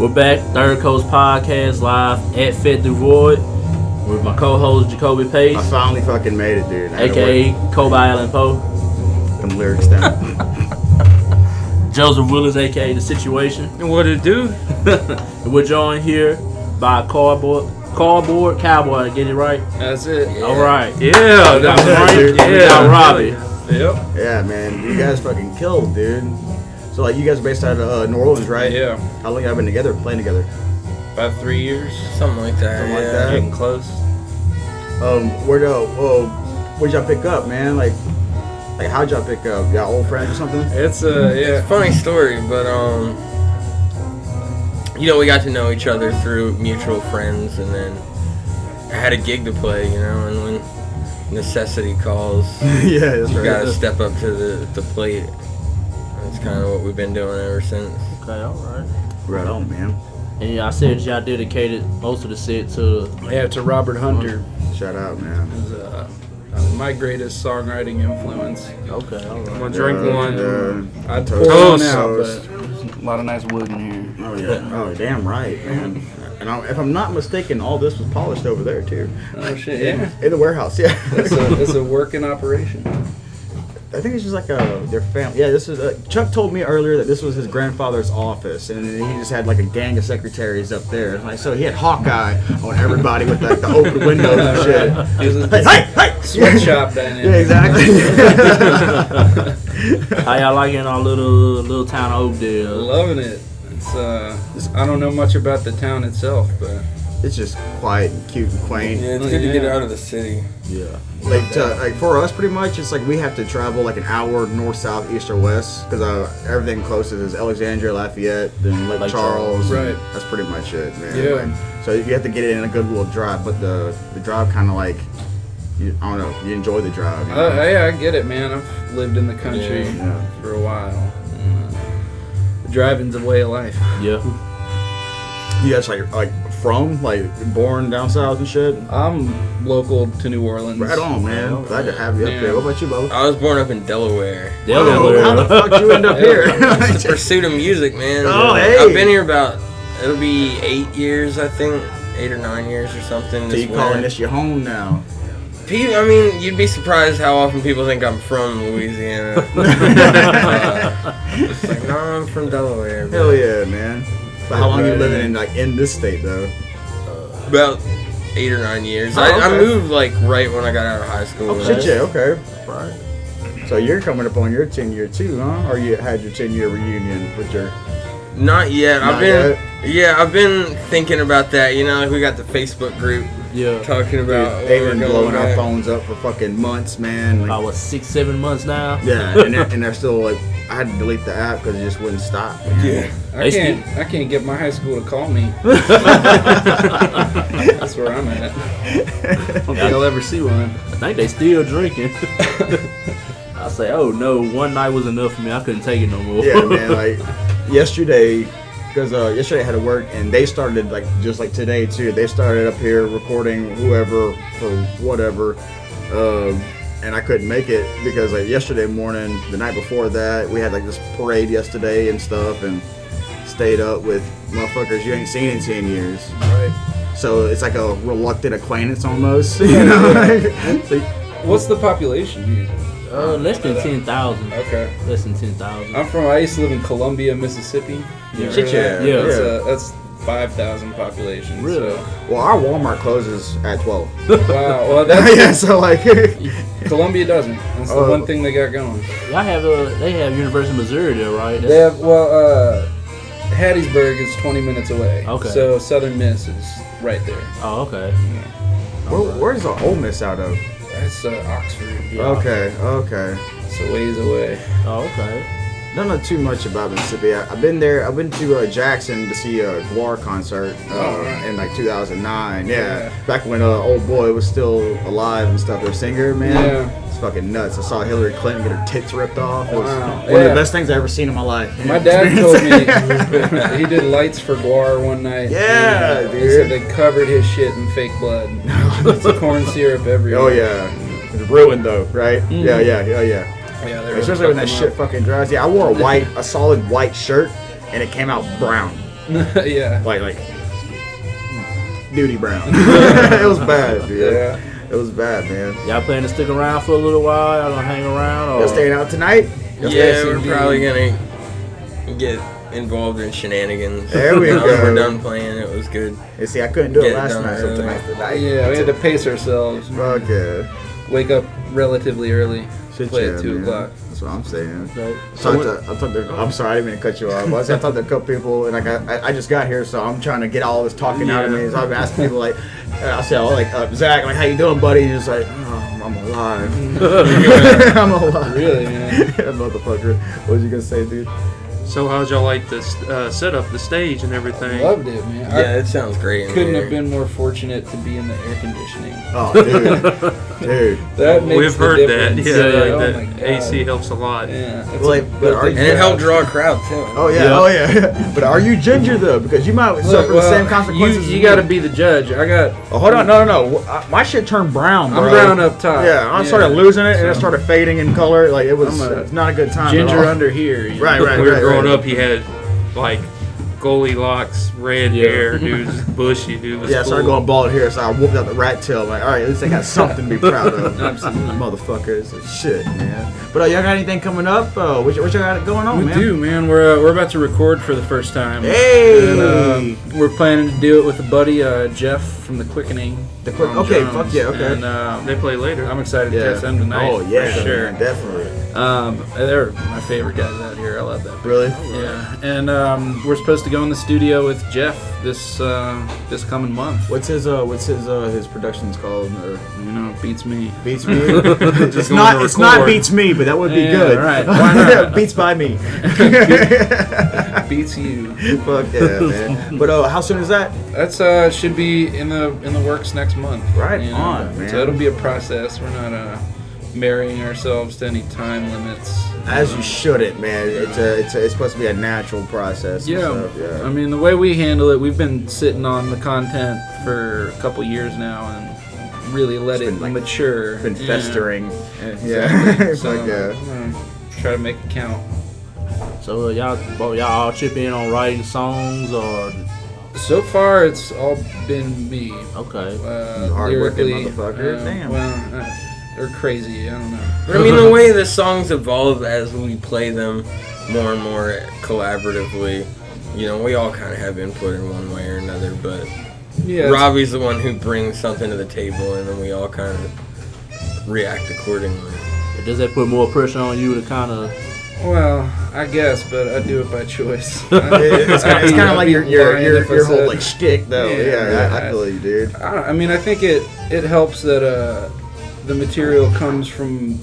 We're back, Third Coast Podcast live at Fit the Void with my co-host Jacoby I Pace, finally fucking made it, dude. I had to aka Kobe Allen Poe, work them lyrics down. Joseph Willis, aka The Situation. What it do? And we're joined here by Cardboard Cardboard Cowboy. Get it right? That's it. All right. Yeah, that Got was Frank, right. Yeah, we got Robbie. Yep. yeah, man, you guys fucking killed, dude. So like, you guys are based out of uh, New Orleans, right? Yeah. How long y'all been together, playing together? About three years. Something like that. Something yeah. like that. Getting close. Um, where the well, where'd y'all pick up, man? Like, like how'd y'all pick up? Y'all old friends or something? It's uh It's a yeah. funny story, but um, you know, we got to know each other through mutual friends, and then I had a gig to play, you know, and when necessity calls, yeah, you that's right. gotta step up to the, the plate. That's kind of what we've been doing ever since. Okay. All right. Right on, man. And yeah, I said y'all dedicated most of the set to Yeah, to Robert Hunter Shout out, man. is uh, uh, my greatest songwriting influence. okay. All I'm right. gonna drink Yeah, one. yeah. I'd Toast. pour one Toast. out, Toast. but there's a lot of nice wood in here. Oh yeah. Oh damn right, man. And I, if I'm not mistaken, all this was polished over there too, Oh shit, yeah. in the warehouse. Yeah. It's a, it's a working operation. Oh, I think it's just like a their family. Yeah, this is uh, Chuck told me earlier that this was his grandfather's office, and then he just had like a gang of secretaries up there. Like so, he had Hawkeye on everybody with like the open windows and shit. It was Hey, a hey, hey! sweatshop Yeah, dynamic. exactly. How y'all liking our little little town of Oakdale? Loving it. It's uh, I don't know much about the town itself, but it's just quiet and cute and quaint. Yeah, it's good to get out of the city. Yeah. like to, like for us pretty much it's like we have to travel like an hour north south east or west because uh, everything closest is alexandria lafayette then lake, Lake charles, Charles. and Right. that's pretty much it man Yeah. Like, so you have to get it in a good little drive but the the drive kind of like you, i don't know you enjoy the drive you uh, know? yeah, I get it, man. I've lived in the country Yeah, yeah. for a while. and, uh, Driving's a way of life. Yeah. you guys like like from like born down south and shit I'm local to New Orleans. right on man glad to have you up Yeah. here what about you Bo? I was born up in Delaware. Delaware. how the fuck you end up here It's the pursuit of music, man. Oh, Yeah. hey. I've been here about it'll be eight years, I think, eight or nine years or so something. this you calling winter. this your home now Pe- I mean, you'd be surprised how often people think I'm from Louisiana. uh, it's like, no, I'm from Delaware. but Hell yeah, man. But how long you Right. living in like in this state though? About eight or nine years. Oh, I, I okay. moved like right when I got out of high school. Oh shit, yeah, okay. So you're coming up on your ten year too, huh? Or you had your ten year reunion with your Not yet. Not I've been. Yeah, I've been thinking about that. You know, like we got the Facebook group Yeah. talking about. they've where been we're going blowing our back. phones up for fucking months, man. Like, About what six seven months now. yeah, and they're, and they're still like I had to delete the app because it just wouldn't stop. man. Yeah. I can't. I can't get my high school to call me. That's where I'm at. I don't think I'll ever see one. I think they still drinking. I say, oh no, one night was enough for me. I couldn't take it no more. yeah, man. Like yesterday, because uh, yesterday I had to work, and they started like just like today too. They started up here recording whoever for whatever, um, and I couldn't make it because like yesterday morning, the night before that, we had like this parade yesterday and stuff, and stayed up with motherfuckers you ain't seen in ten years. Right. So it's like a reluctant acquaintance almost, you know. So, What's the population here? Uh, less than ten thousand. Okay. Less than ten thousand. I'm from. I used to live in Columbia, Mississippi. Yeah. Shit, Yeah. Yeah. That's, uh, that's five thousand population. Really? So. well, our Walmart closes at twelve. Wow. Well, that's yeah, so like. Columbia doesn't. That's the Oh. one thing they got going. Y'all have uh, they have University of Missouri there, right? They have well, uh, Hattiesburg is 20 minutes away. Okay. So Southern Miss is right there. oh, okay. Where, where's the Ole Miss out of? That's uh, Oxford. Yeah. Okay, okay. It's a ways away. Oh, okay. I don't know too much about Mississippi. I, I've been there. I've been to uh, Jackson to see a Guar concert uh, Oh, right. in like 2009. Yeah, Yeah. back when uh, old boy was still alive and stuff. Their singer, man, Yeah. it's fucking nuts. I saw Hillary Clinton get her tits ripped off. It was Wow. one of the Yeah. best things I ever seen in my life. My dad told me he did lights for Guar one night. Yeah, and, uh, He dude. said they covered his shit in fake blood. it's corn syrup everywhere. oh yeah, it's ruined though, right? Yeah, yeah, yeah, yeah. Yeah, Mm-hmm. they were Especially when that fucking shit fucking dries. Yeah, I wore a white, a solid white shirt, and it came out brown. yeah. like like duty brown. it was bad, dude. Yeah. It was bad, man. Y'all planning to stick around for a little while? Y'all gonna hang around? Or Y'all staying out tonight? Y'all staying yeah, we're CBD? probably gonna get involved in shenanigans. There we Um, go. We're done playing. It was good. You see, I couldn't do it Get it last done night, so early. tonight's the night. Yeah, we had to pace ourselves. Okay. Wake up relatively early. Shit, play yeah, at two man. o'clock. That's what I'm saying. Right. So I talked to, I talked to, I'm sorry, I didn't mean to cut you off. But I talked to a couple people, and I got, I, I just got here, so I'm trying to get all this talking out of me. So I'm asking people like, and I said, oh, like uh, Zach, like how you doing, buddy? And he's like, oh, I'm alive. I'm alive. Really, man. motherfucker. What was you gonna say, dude? So how'd y'all like the uh, setup, the stage, and everything? Loved it, man. I Yeah, it sounds great. in couldn't here. have been more fortunate to be in the air conditioning. Oh, dude, dude. That makes We've the heard that. difference. Yeah, Like, like oh my that God. AC helps a lot. Yeah. that's Well, a but built-in are you- And it helped draw a crowd too. Oh yeah, Yeah. oh yeah. but are you ginger though? Because you might Look, suffer the well, same consequences. as You, you me. got to be the judge. I got. Oh, hold on, no, no, no. I- My shit turned brown, bro. I'm brown up top. Yeah, I started losing it, and it So- started fading in color. Like it was I'm a it's not a good time. at Ginger all. under here. you know. Right, right, When we were right, growing right. up, he had like Goldilocks red Yeah. hair, dude, was bushy, dude was Yeah, I cool. started going bald here, so I whooped out the rat tail. Like, all right, at least I got something to be proud of. Absolutely. Motherfuckers, Like, shit, man. But uh, y'all got anything coming up? Uh, what, y- what y'all got going on, We man? do, man. We're uh, we're about to record for the first time. Hey, And, um, we're planning to do it with a buddy, uh, Jeff from the Quickening. The Quick- Ron okay, Jones. fuck yeah, okay. And, um, They play later. I'm excited to catch them tonight. oh yeah, for sure. man, definitely. Um, they're my favorite guys out here. I love that. Really? Yeah, and um, we're supposed to go in the studio with Jeff this uh, this coming month. What's his uh? What's his uh? His production's called or You know, beats me. beats me. it's going not. to It's not record. beats me, but that would be Yeah, good. right, why not? beats by me. Beats you. Fuck yeah, man. But uh, how soon is that? That's uh should be in the in the works next month. uh, Right on, man. So it'll be a process. We're not uh marrying ourselves to any time limits. As you shouldn't, man. It's a, it's a, it's supposed to be a natural process. and Yeah, stuff, yeah. I mean the way we handle it, we've been sitting on the content for a couple years now and really let It's it been, like, mature. It's been Yeah. festering. Exactly. Yeah. So, Fuck yeah. I'm gonna Try to make it count. So uh, y'all, well, y'all all chip in on writing songs or So far, it's all been me. okay. Uh, You hard-working lyrically, motherfucker. uh, Damn. Well, uh, they're crazy. I don't know. But I mean, the way the songs evolve as we play them more and more collaboratively, you know, we all kind of have input in one way or another, but Yeah. it's- Robbie's the one who brings something to the table, and then we all kind of react accordingly. Does that put more pressure on you to kind of? Well, I guess, but I do it by choice. It- it's kind of, it's kind of like your your Lying your, uh, if I your whole said- like shtick though. Yeah, Yeah, yeah, I, I I- feel you, dude. I, don't, I mean, I think it it helps that uh, the material comes from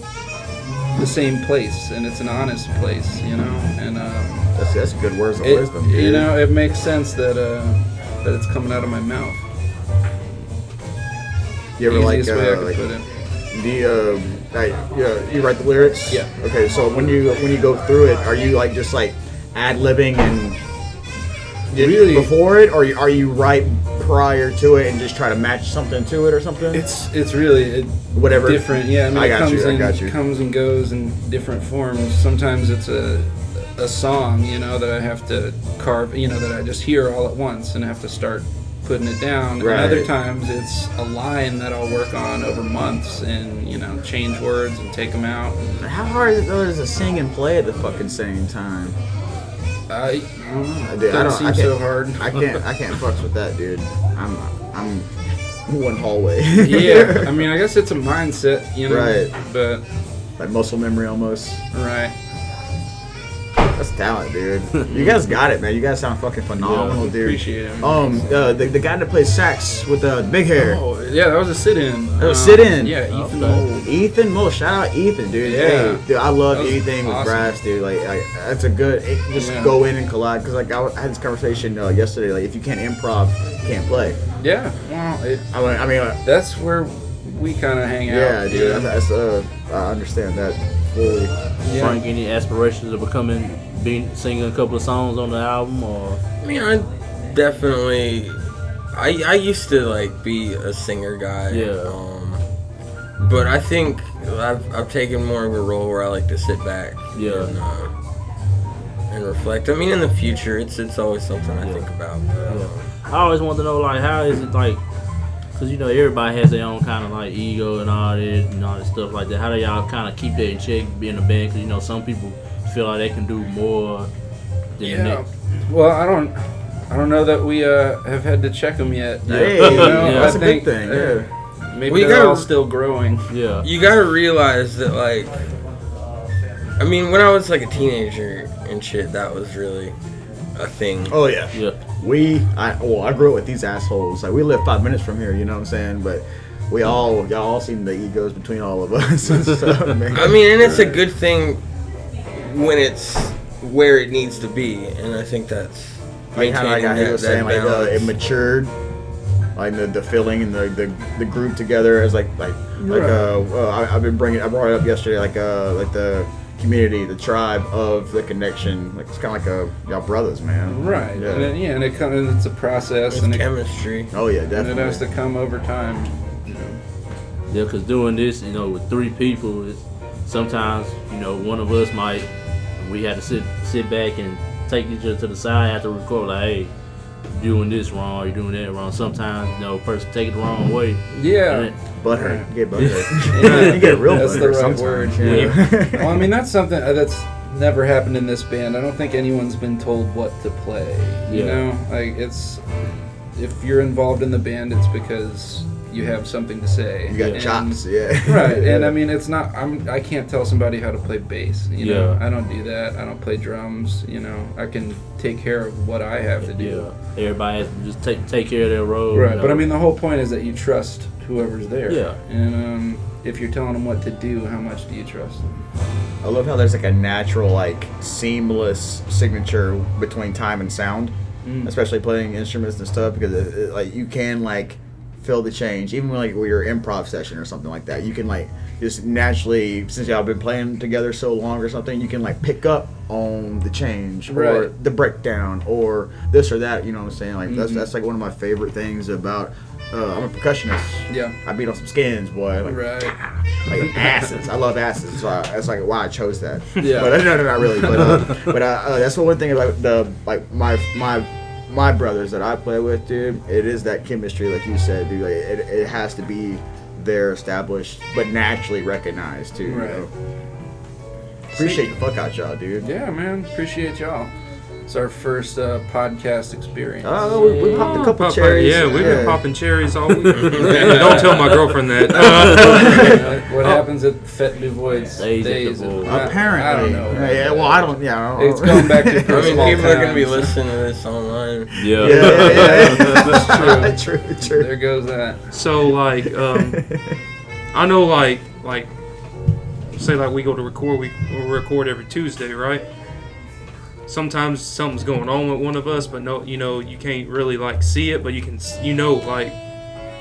the same place, and it's an honest place, you know. And um, That's that's good words of it, wisdom, dude. you know, it makes sense that uh, that it's coming out of my mouth. you ever like, Easiest way I uh, could like put it. the um, like, yeah, you write the lyrics. Yeah. Okay, so when you when you go through it, are you like just like ad libbing and did- Really- before it, or you- are you right prior to it and just try to match something to it or something? It's it's really it, Whatever. different. Yeah, I mean, I it got comes you, I and got you. comes and goes in different forms. Sometimes it's a a song, you know, that I have to carve, you know, that I just hear all at once and have to start putting it down. Right. And other times it's a line that I'll work on over months and you know change words and take them out. How hard is it though to sing and play at the fucking same time? I, I don't know. I It do- I doesn't don't- I seem can't- so hard. I can't I can't fucks with that, dude. I'm I'm one hallway. yeah, I mean, I guess it's a mindset, you know. Right. But like muscle memory almost. right. That's talent, dude. You guys got it, man. You guys sound fucking phenomenal, dude. Appreciate it. Um, uh, the, the guy that plays sax with the big hair, Oh, yeah, that was a sit-in. Um, was a sit-in. Yeah, Ethan Oh, Okay. Mold. Ethan Mo. Shout out Ethan, dude. Yeah. Hey, dude, I love That was anything with awesome. brass, dude. Like, I, that's a good. It, just Yeah. go in and collide. Cause like I, w- I had this conversation uh, yesterday. Like, if you can't improv, you can't play. Yeah, well, it, I mean, I mean, uh, that's where we kind of hang out. yeah, dude. That's, that's, uh, I understand that fully. Yeah. Frank, any aspirations of becoming, being singing a couple of songs on the album, or I mean, I definitely. I, I used to like be a singer guy. Yeah. Um, but I think I've, I've taken more of a role where I like to sit back. Yeah. And, uh, and reflect. I mean, in the future, it's it's always something I Yeah. think about. But, um, I always want to know like how is it like because you know everybody has their own kind of like ego and all that and all that stuff like that. How do y'all kind of keep that in check being a band? Because you know some people feel like they can do more than the Yeah. next. Well, I don't. I don't know that we uh, have had to check them yet. Hey, You know, Yeah. that's I a think, good thing. uh, yeah. Maybe We they're got- all still growing. Yeah, you gotta realize that like i mean when i was like a teenager and shit that was really a thing Oh yeah. yeah, We, I, well, I grew up with these assholes. Like we live five minutes from here. You know what I'm saying? But we all, y'all all seen the egos between all of us. and stuff, man. i mean and it's a good thing when it's where it needs to be and i think that's like how like, maintaining I that- was that saying, like uh, balance. it matured, like the, the feeling and the, the, the group together as like like like uh, well, I, I've been bringing I brought it up yesterday like uh like the community the tribe of the connection like it's kind of like a y'all brothers man Right. yeah And it, yeah, and it comes. And it's a process, It's and it, chemistry oh yeah and it has definitely to come over time. You know. yeah. Because doing this, you know, with three people, it's sometimes you know one of us might we had to sit sit back and take each other to the side after we record. Like, hey, you're doing this wrong, you're doing that wrong. Sometimes you know, a person take it the wrong way. Yeah. butthurt you get butthurt Yeah. you get real That's the butthurt right sometimes word, yeah. well, I mean, that's something uh, that's never happened in this band. I don't think anyone's been told what to play. Yeah. You know, like it's if you're involved in the band, it's because you have something to say. you got And- chops yeah Right, and I mean, it's not. I'm. I can't tell somebody how to play bass. You know, Yeah. I don't do that. I don't play drums. You know, I can take care of what I have to do. Yeah, everybody has to just take take care of their role. Right, you but I know. mean, the whole point is that you trust whoever's there. Yeah. And um, if you're telling them what to do, how much do you trust them? I love how there's like a natural, like seamless signature between time and sound, Mm. especially playing instruments and stuff because it, it, like you can like feel the change even when like with your improv session or something like that. You can like just naturally since y'all been playing together so long or something, you can like pick up on the change or Right. Mm-hmm. the breakdown or this or that. You know what I'm saying? Like that's that's like one of my favorite things about. Uh, I'm a percussionist. Yeah. I beat on some skins, boy. Like, Right. like asses. I love asses, so I, that's like why I chose that. Yeah. But uh, no, no, not really. But uh, but uh, uh, that's the one thing about the like my my my brothers that I play with, dude. It is that chemistry, like you said, dude. Like, it, it has to be there, established, but naturally recognized too. Right. You know? Appreciate the fuck out y'all, dude. Yeah, man. Appreciate y'all. It's our first uh, podcast experience. Ah, Oh, we, we popped a couple Pop- uh, cherries. Yeah, we've been popping cherries all week. Don't tell my girlfriend that. Uh, You know, what happens at Fête du Void Oh. Days at stays the at- Void. I- Apparently, I don't know. Yeah, yeah, well, I don't. Yeah, I don't It's going back to i mean Small people are gonna be towns. listening to this online yeah, yeah, yeah, yeah. That's true, true. There goes that. so like, um, I know like like say like we go to record we we record every Tuesday, right? Sometimes something's going on with one of us, but no, you know you can't really like see it, but you can s- you know like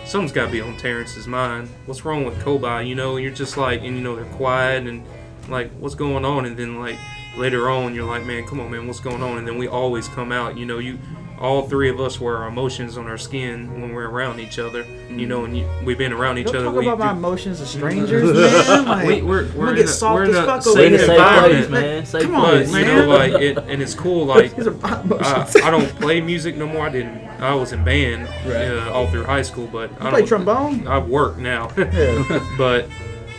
something's got to be on Terrence's mind. What's wrong with Kobai? You know, and you're just like and you know they're quiet and like what's going on, and then like later on you're like man, come on man, what's going on? And then we always come out. You know you. All three of us wear our emotions on our skin when we're around each other, you know, and you, we've been around each Mm. Don't other. talk we about my do- emotions to strangers, man. Like, we, we're, I'm we're gonna in get a, soft we're as in a fuck over Stay in safe the same here. place, environment. man. Safe Come on, place. But you know, man. like it, and it's cool. Like These are my I, emotions. I don't play music no more. I didn't. I was in band Right. uh, all through high school, but I you play don't- trombone? I work now. Yeah. but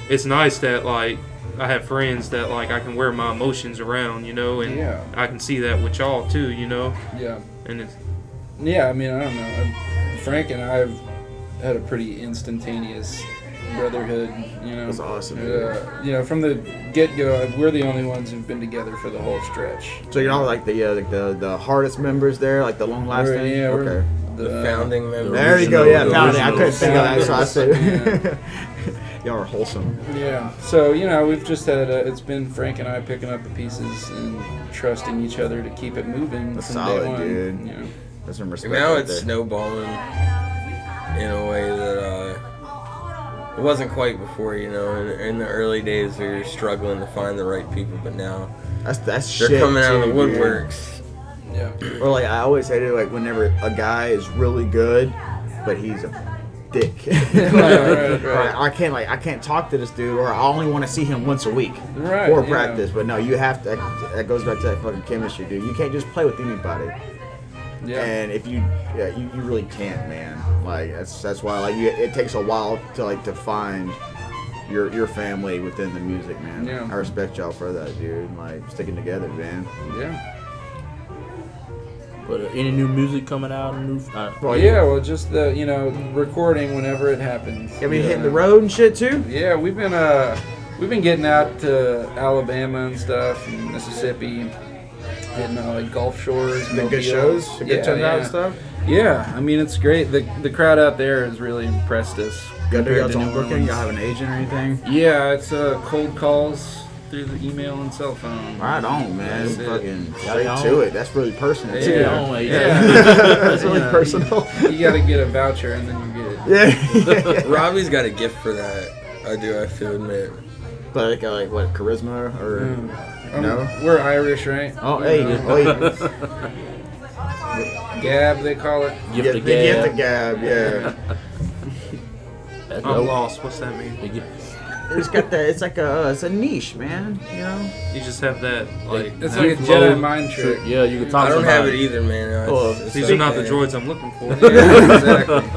it's nice that like I have friends that like I can wear my emotions around, you know, and Yeah. I can see that with y'all too, you know, Yeah. and it's Yeah, I mean, I don't know. I'm- Frank and I have had a pretty instantaneous brotherhood, you know. That's awesome, dude. Uh, you know, from the get go, we're the only ones who've been together for the whole stretch. So you're not like the uh, like the the hardest members there, like the long We're- lasting. yeah, we're okay. the, the founding members Uh, There you go. Yeah, original- found it. I original couldn't think of that, so I founders. said, "Y'all are wholesome." Yeah. So you know, we've just had a, it's been Frank and I picking up the pieces and trusting each other to keep it moving. That's from solid, day one, dude. You know. That's some respect. now right it's there. snowballing in a way that uh, it wasn't quite before, you know. In, in the early days, we were struggling to find the right people, but now that's that's they're shit, coming out of the too, dude. woodworks. Yeah. Or like I always hated like whenever a guy is really good, but he's a dick. right, right. Like, I can't like I can't talk to this dude, or I only want to see him once a week Right, for yeah. practice. But no, you have to. That goes back to that fucking chemistry, dude. You can't just play with anybody. Yeah. And if you, yeah, you, you really can't, man. Like that's that's why like you, it takes a while to like to find your your family within the music, man. Yeah. I respect y'all for that, dude. Like sticking together, man. Yeah. But uh, any new music coming out? New? Uh, Well, yeah, well, just the, you know, recording whenever it happens. I mean, yeah. hitting the road and shit too. Yeah, we've been, uh, we've been getting out to Alabama and stuff, and Mississippi, and hitting, uh, like, Gulf Shores. The Mobile. good shows, the good Yeah, turnout yeah. and stuff. Yeah, I mean, it's great. The, the crowd out there has really impressed us. Y'all do compared y'all's to own New booking? Orleans. Y'all have an agent or anything? Yeah, it's uh, cold calls through the email and cell phone. Right on, man. That's it. Fucking y'all straight to it. That's really personal. Yeah. too. your own agent. That's really Yeah. personal. You gotta get a voucher and then you get it. yeah. Robbie's got a gift for that. I do have to admit. but like, uh, like what charisma or Um, No? We're Irish, right? oh You hey know, oh yeah. Gab, they call it. Gift the Get- get gab. the gab yeah. That's I'm dope. lost. What's that mean? The gi- it's got that. It's like a uh, it's a niche man. You know. You just have that like. It's like a Flow Jedi mind trick. Yeah, you can talk. I don't somebody. have it either, man. No, it's- Well, it's These are not the okay. droids I'm looking for.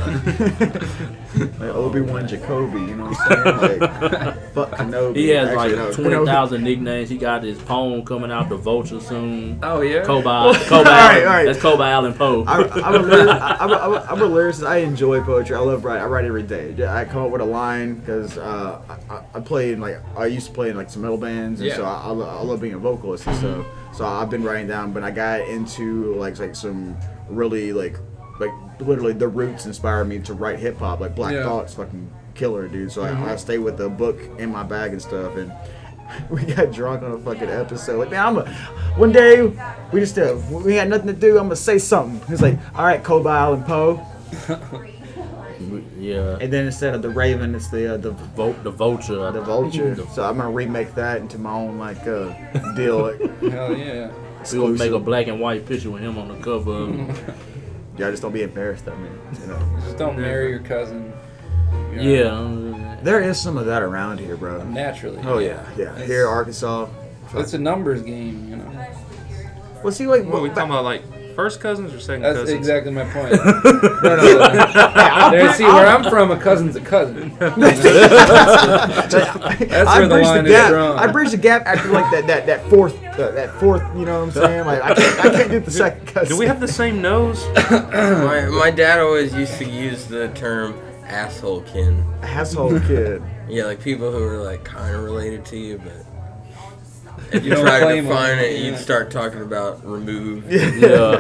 Yeah, exactly. Like Obi Wan Jacoby. You know what I'm saying? Like fuck Kenobi. He has like Actually, no, twenty Kenobi. thousand nicknames. He got his poem coming out, the Vulture soon. Oh yeah. Kobe, Kobe, all right, Allen. all right. that's Kobe Allen Poe. I, I'm, a lyric, I- I'm, a, I'm, a, I'm a lyricist. I enjoy poetry. I love writing. I write every day. Yeah, I come up with a line because uh, I- I, I play in like I used to play in like some metal bands, and so Yeah. I, I, lo- I love being a vocalist and stuff. So I've been writing down, but I got into like like some really like like literally the roots inspired me to write hip hop. Like Black Yeah. Thought's fucking killer, dude. So I, I stay with a book in my bag and stuff, and. We got drunk on a fucking episode. Like, man, I'm a. One day, we just uh, we had nothing to do. I'm gonna say something. He's like, all right, Kobe Allen Poe. Yeah, And then instead of the Raven, it's the uh, the Vul- the Vulture. the Vulture. So I'm gonna remake that into my own like uh, deal. Like, Hell We gonna make yeah. a exclusive. black and white picture with him on the cover. of it. Y'all just don't be embarrassed. I mean, you know, Just don't marry your cousin. you know, yeah, um, there is some of that around here, bro. Naturally. Oh yeah. Yeah, It's- here Arkansas. It's a numbers game, you know. Well, see, like, What are we talking about? Like first cousins or second That's cousins? exactly my point. no, no. I'm There, pretty- see, where I'm from, a cousin's a cousin. That's where the line is gap. drawn. I bridge the gap after like that that that fourth uh, that fourth. You know what I'm saying? Like I can't, I can't do the second. Do we have the same nose? My, my dad always used to use the term asshole kin. asshole kid? Yeah, like people who are like kind of related to you, but if You you don't tried claim to 'em, find it, yeah. you'd start talking about remove yeah. So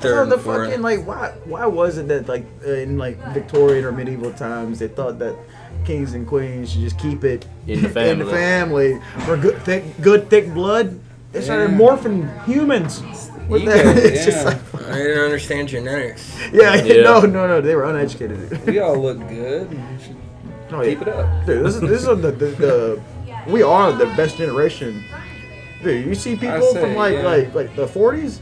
third the and fourth. fucking like why why was it that like in like Victorian or medieval times they thought that kings and queens should just keep it In the in the family. family for good thick good thick blood? They started Yeah. morphing humans. With Ego, that. It's yeah. just like, I didn't understand genetics. yeah, Yeah. no, no, no, they were uneducated. We all look good. and we should Oh, Keep yeah. it up. Dude, this is this is the, the, the we are the best generation. Dude, you see people say, from like yeah. like like the forties,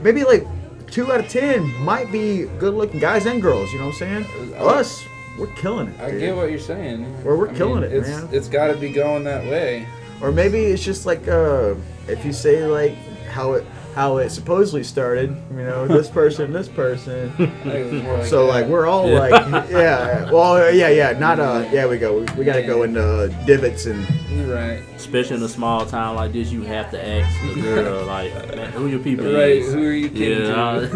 maybe like two out of ten might be good looking guys and girls. You know what I'm saying? I- Us, we're killing it. I dude. get what you're saying. Well, we're I killing it, it's, man. It's got to be going that way. Or maybe it's just like uh, if you say like how it how it supposedly started. You know, this person, this person. I think it was more like So that. like we're all like yeah. Well, yeah, yeah. Not uh, yeah. We go. We, we gotta go into divots and You're right. Especially in a small town like this, you have to ask the girl like, man, "Who your people Right. is?" Who are you kidding? yeah, to?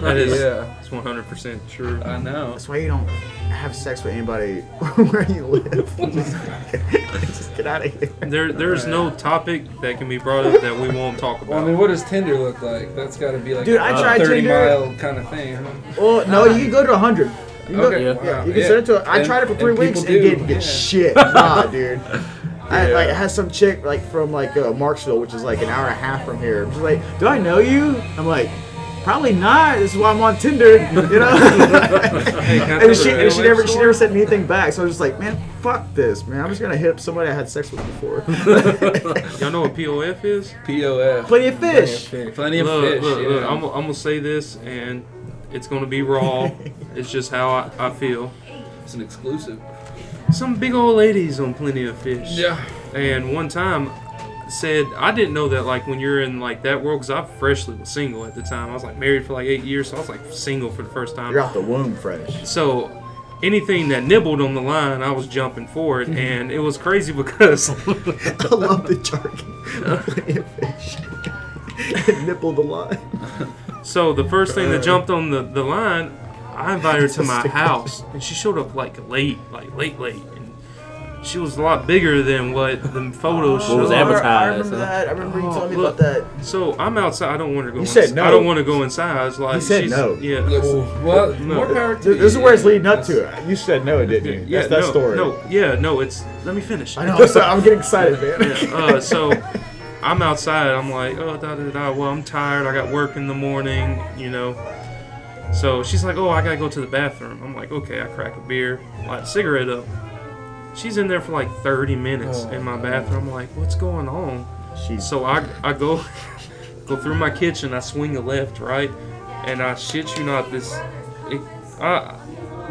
That is. Yeah. It's 100 percent true. I know. That's why you don't have sex with anybody where you live. just, just get out of here. There, there's no topic that can be brought up that we won't talk Well, I about. mean, what does Tinder look like? That's got to be like Dude, a I tried 30 Tinder. mile kind of thing. huh? Well, no, you can go to 100. You can go- Okay. Yeah. wow, yeah, you can send it to. I And- tried it for three and weeks people and it do, didn't get yeah. shit. Nah, dude. I like I had some chick like from like uh, Marksville, which is like an hour and a half from here. She's like, "Do I know you?" I'm like, "Probably not." This is why I'm on Tinder, you know. Hey, can I tell and she, the and she real never life she story? never said anything back. So I was just like, "Man, fuck this, man. I'm just gonna hit up somebody I had sex with before." Y'all know what POF is? POF. Plenty of fish. Plenty of look, fish. look, yeah. look, I'm, I'm gonna say this, and It's gonna be raw. it's just how I, I feel. It's an exclusive. Some big old ladies on Plenty of Fish. Yeah. And one time said I didn't know that like when you're in like that world because I freshly was single at the time. I was like married for like eight years, so I was like single for the first time. You're out the womb fresh. So anything that nibbled on the line, I was jumping for it, Mm-hmm. and it was crazy because I love the jerky. Nipple the line. so the first thing Uh. that jumped on the, the line, I invited her to my house, and she showed up like late, like late, late, and she was a lot bigger than what the photos What was showed. advertised, huh? I remember Oh, look. that. So I'm outside. I don't want to go. You said ins- no. I don't want to go inside. I was like, You said she's- no. Yeah. Well, more power to Th- This is you. where it's leading up That's- to. You said no, didn't you? Yeah, That's that no, story. No, yeah, no. It's let me finish. I know. So I'm getting excited, man. Yeah, uh, so I'm outside. I'm like, oh, da da da. Well, I'm tired. I got work in the morning, you know. So she's like, oh, I gotta go to the bathroom. I'm like, okay. I crack a beer, light a cigarette up. She's in there for like 30 minutes in my bathroom. I'm like, what's going on? She's So I, I go go through my kitchen. I swing a left, right, and I shit you not, this it, I,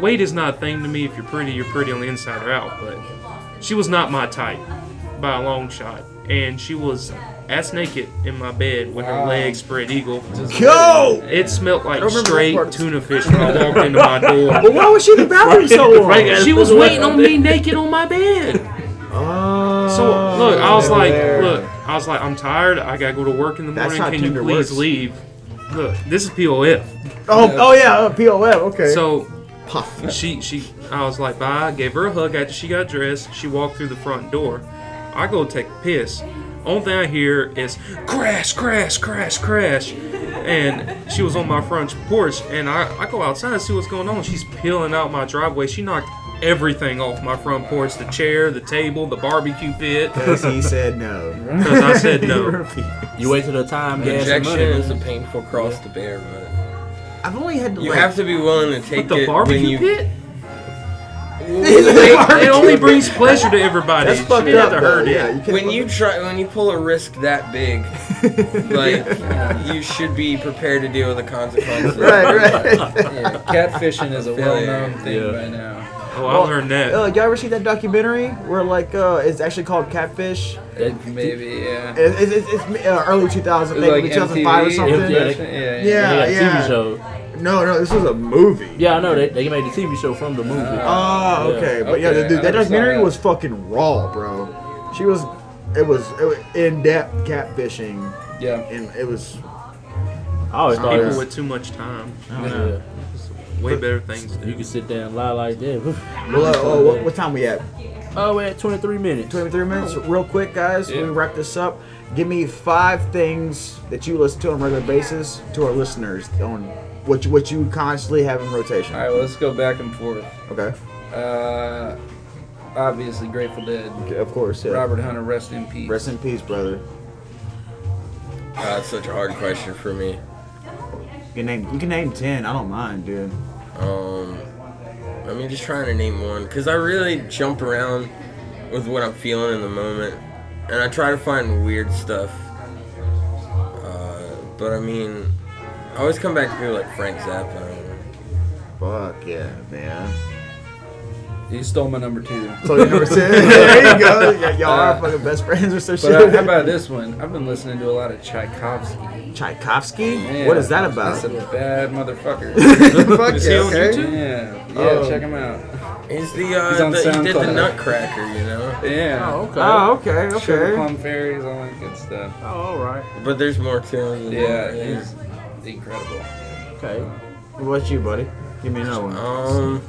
weight is not a thing to me. If you're pretty, you're pretty on the inside or out. But she was not my type by a long shot, and she was ass naked in my bed with her legs spread eagle. yo. It smelled like remember that straight part. tuna fish when I walked into my door. But why was she in the bathroom so long? Right. She was waiting on me naked on my bed. Oh, So look, I was like, there. look, I was like, I'm tired. I gotta go to work in the That's morning. how Can you Tinder works. please leave? Look, this is POF. Oh, oh yeah, uh, POF. Okay. So Puff. she she, I was like, bye. Gave her a hug after she got dressed. She walked through the front door. I go take a piss. Only thing I hear is crash, crash, crash, crash. And she was on my front porch, and I, I go outside and see what's going on. She's peeling out my driveway. She knocked everything off my front porch the chair, the table, the barbecue pit. Because he said no. Because I said no. You wasted her time, gas, and Rejection money. is a painful cross to bear, but I've only had to. you have to be willing to take But the it when barbecue you. pit? to. It only brings pleasure to everybody. That's She fucked didn't up. have to though. hurt it. Yeah, you can't When fuck- you try, when you pull a risk that big, like you should be prepared to deal with the consequences. Right, right. Yeah, catfishing is a Failure. well-known thing Yeah. by now. Oh, I learned that. Uh, y'all ever seen that documentary where like uh, it's actually called Catfish? That- Maybe, yeah. It, it, it's it's uh, early 2000, maybe Like 2005 or MTV? Yeah, something. they- Yeah, they Yeah, got a yeah. TV show. No, no, this was a movie. Yeah, I know. They, they made the TV show from the movie. Uh, Oh, okay. But yeah, Okay, dude, that I never saw documentary that. was fucking raw, bro. She was, it was, it was in-depth catfishing, yeah. and it was. I always thought it People was, with too much time. yeah. Way better things to You do. can sit there and lie like that. Well, uh, oh, what, what time we at? Oh, we're at 23 minutes. 23 minutes, real quick, guys. Yeah. We wrap this up. Give me five things that you listen to on a regular basis to our listeners on what you, what you constantly have in rotation. All right, well, let's go back and forth. Okay. Uh, obviously, Grateful Dead. Okay, Of course. Yeah. Robert Hunter, rest in peace. Rest in peace, brother. Uh, that's such a hard question for me. You can name you can name ten. I don't mind, dude. Um, I mean, just trying to name one because I really jump around with what I'm feeling in the moment, and I try to find weird stuff. Uh, but I mean, I always come back to people like Frank Zappa. Fuck yeah, man. He stole my number two. So you number ten. there you go. Y- y'all are fucking best friends or some But uh, shit. how about this one? I've been listening to a lot of Tchaikovsky. Tchaikovsky? Yeah, what is that about? That's a bad motherfucker. Fuck Is he on YouTube? yeah, yeah, Oh. check him out. He's the He's uh, on the, he did the SoundCloud. Nutcracker, you know. Yeah. Oh, okay. Oh, okay, Sugar okay. Plum Fairies, all that good stuff. Oh, all right. But there's more to him. Than Yeah, that, yeah. he's incredible. Okay. What about you, buddy? Give me another one. Um,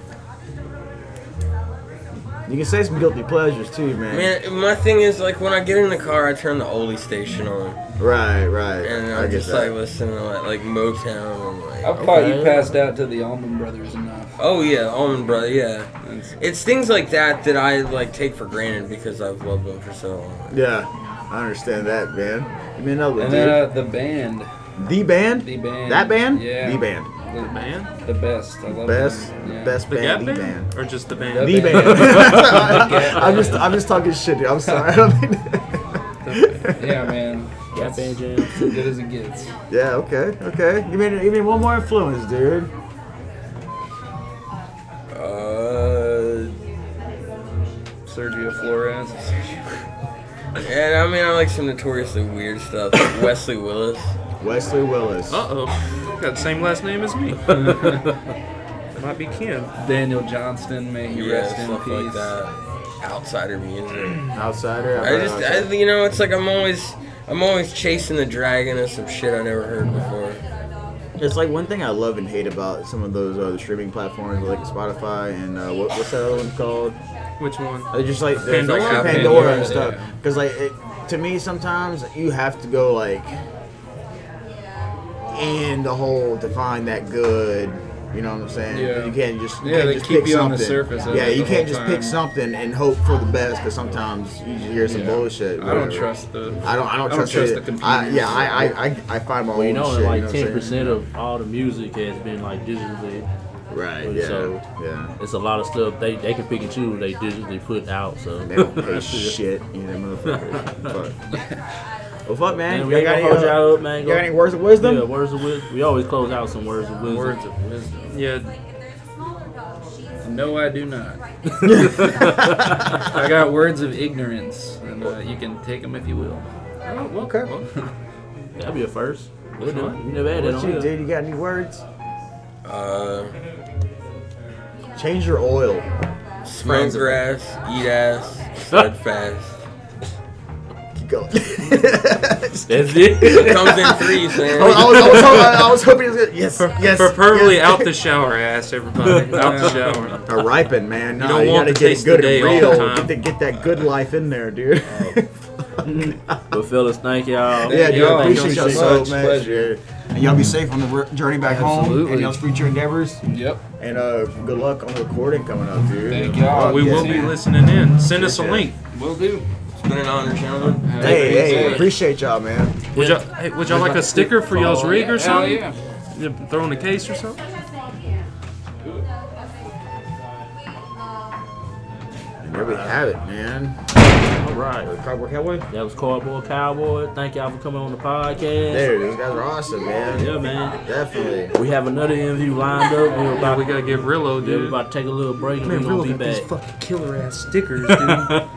You can say some guilty pleasures too, man. man, my thing is like when I get in the car, I turn the oldie station on, Right, right. and I I, get just that. like listen to like, like Motown and like. I've caught Okay. you passed out to the Allman Brothers enough. Oh yeah, Almond Brother, yeah. That's- It's things like that that I like take for granted because I've loved them for so long. yeah, I understand that, man. Give me another one, And dude. then uh, the band, the band. the band, That band. yeah, The band. the, Man? the best. I love Best. them. Yeah. Best The Gap band. The Band? band. Or just the The band? The band. band. I'm just I'm just talking shit, dude. I'm sorry. Yeah, man, Gap that's Band Jam. as good as it gets. yeah. Okay. Okay. Give me give me one more influence, dude. Sergio Flores. And I mean, I like some notoriously weird stuff. Like Wesley Willis. Wesley Willis. Uh oh. Got the same last name as me. Might be Kim. Daniel Johnston, may he yeah, rest in stuff peace. like that. Outsider music. Outsider. I just, I, you know, it's like I'm always, I'm always chasing the dragon of some shit I never heard before. It's like one thing I love and hate about some of those uh, streaming platforms like Spotify and uh, what, what's that other one called? Which one? Uh, just like there's like Pandora? Pandora, Pandora, and yeah. stuff. Because like it, to me, sometimes you have to go like in the hole to find that good. You know what I'm saying? Yeah. You can't just you Yeah, can't they just keep pick you something. on the surface of Yeah, it you the can't whole just pick time. something and hope for the best. Because sometimes you just hear some Yeah. bullshit. I don't whatever. trust the. I don't. I don't, I don't trust, trust it. the computers. I, yeah, I, I, I, I find my own Well, you know, shit. like you know what I'm ten saying? percent of all the music has been like digitally. Right. Yeah. So- yeah. It's a lot of stuff they, they can pick and choose. They digitally put out. So They don't pay shit, you know, motherfuckers. fuck. Well, fuck, man. Man, you we ain't got gonna any, hold uh, y'all up, man. you got any Go- words of wisdom? Yeah, words of wisdom. We always close out some words of wisdom. Words of wisdom. Yeah. No, I do not. I got words of ignorance, and uh, you can take them if you will. Oh, okay. What That'd be a first. Wouldn't it? You never had that on you, here. dude? You got any words? Uh, Change your oil. smoke grass, eat ass, stud fast. Keep going. That's it. It comes in threes, I, man. was, I, was, I, was hoping, I was hoping it was good. Yes, yes. Preferably yes. out the shower, ass everybody. Out the shower. Or ripen, man. No, don't you, want gotta to get taste it good the day and all the real. time. Get, the, get that good life in there, dude. but fellas, thank y'all. yeah, dude. y'all. Appreciate Thank y'all so you so much. much. Pleasure. And y'all be safe on the r- journey back home and Absolutely. y'all's future endeavors. Yep. And uh, good luck on the recording coming up, dude. Oh, Thank y'all. We Yes, will be man. listening in. Send us a Yeah. link. Will do. It's been an honor, gentlemen. Hey, hey, Appreciate it. appreciate y'all, man. Would y'all, hey, would y'all like a sticker for y'all's rig or Hell something? yeah. You Throw in a case or something? There we have it, man. All right. Cardboard Cowboy. That was Cardboard Cowboy. Thank y'all for coming on the podcast. There, those guys are awesome, man. Yeah, man. Definitely. We have another interview lined up. We're Yeah, about, we gotta give Rillo, we're dude. about to take a little break and we're Rillo gonna be back. fucking killer ass stickers, dude.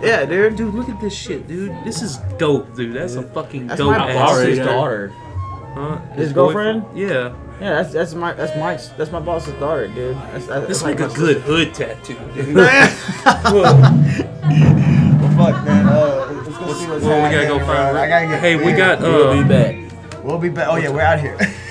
Yeah, dude. dude, look at this shit, dude. This is dope, dude. That's a fucking That's dope my ass boss's sticker. daughter. Huh? His boy- girlfriend? Yeah. Yeah, that's that's my that's Mike's that's my boss's daughter, dude. That's, that's, This that's make a my- good hood tattoo, dude. well, fuck, man. Uh, let's go see what's Well, happening, we gotta go bro. find. I gotta get. Hey, we got. We'll Uh, be back. We'll be back. Oh yeah, we're out here.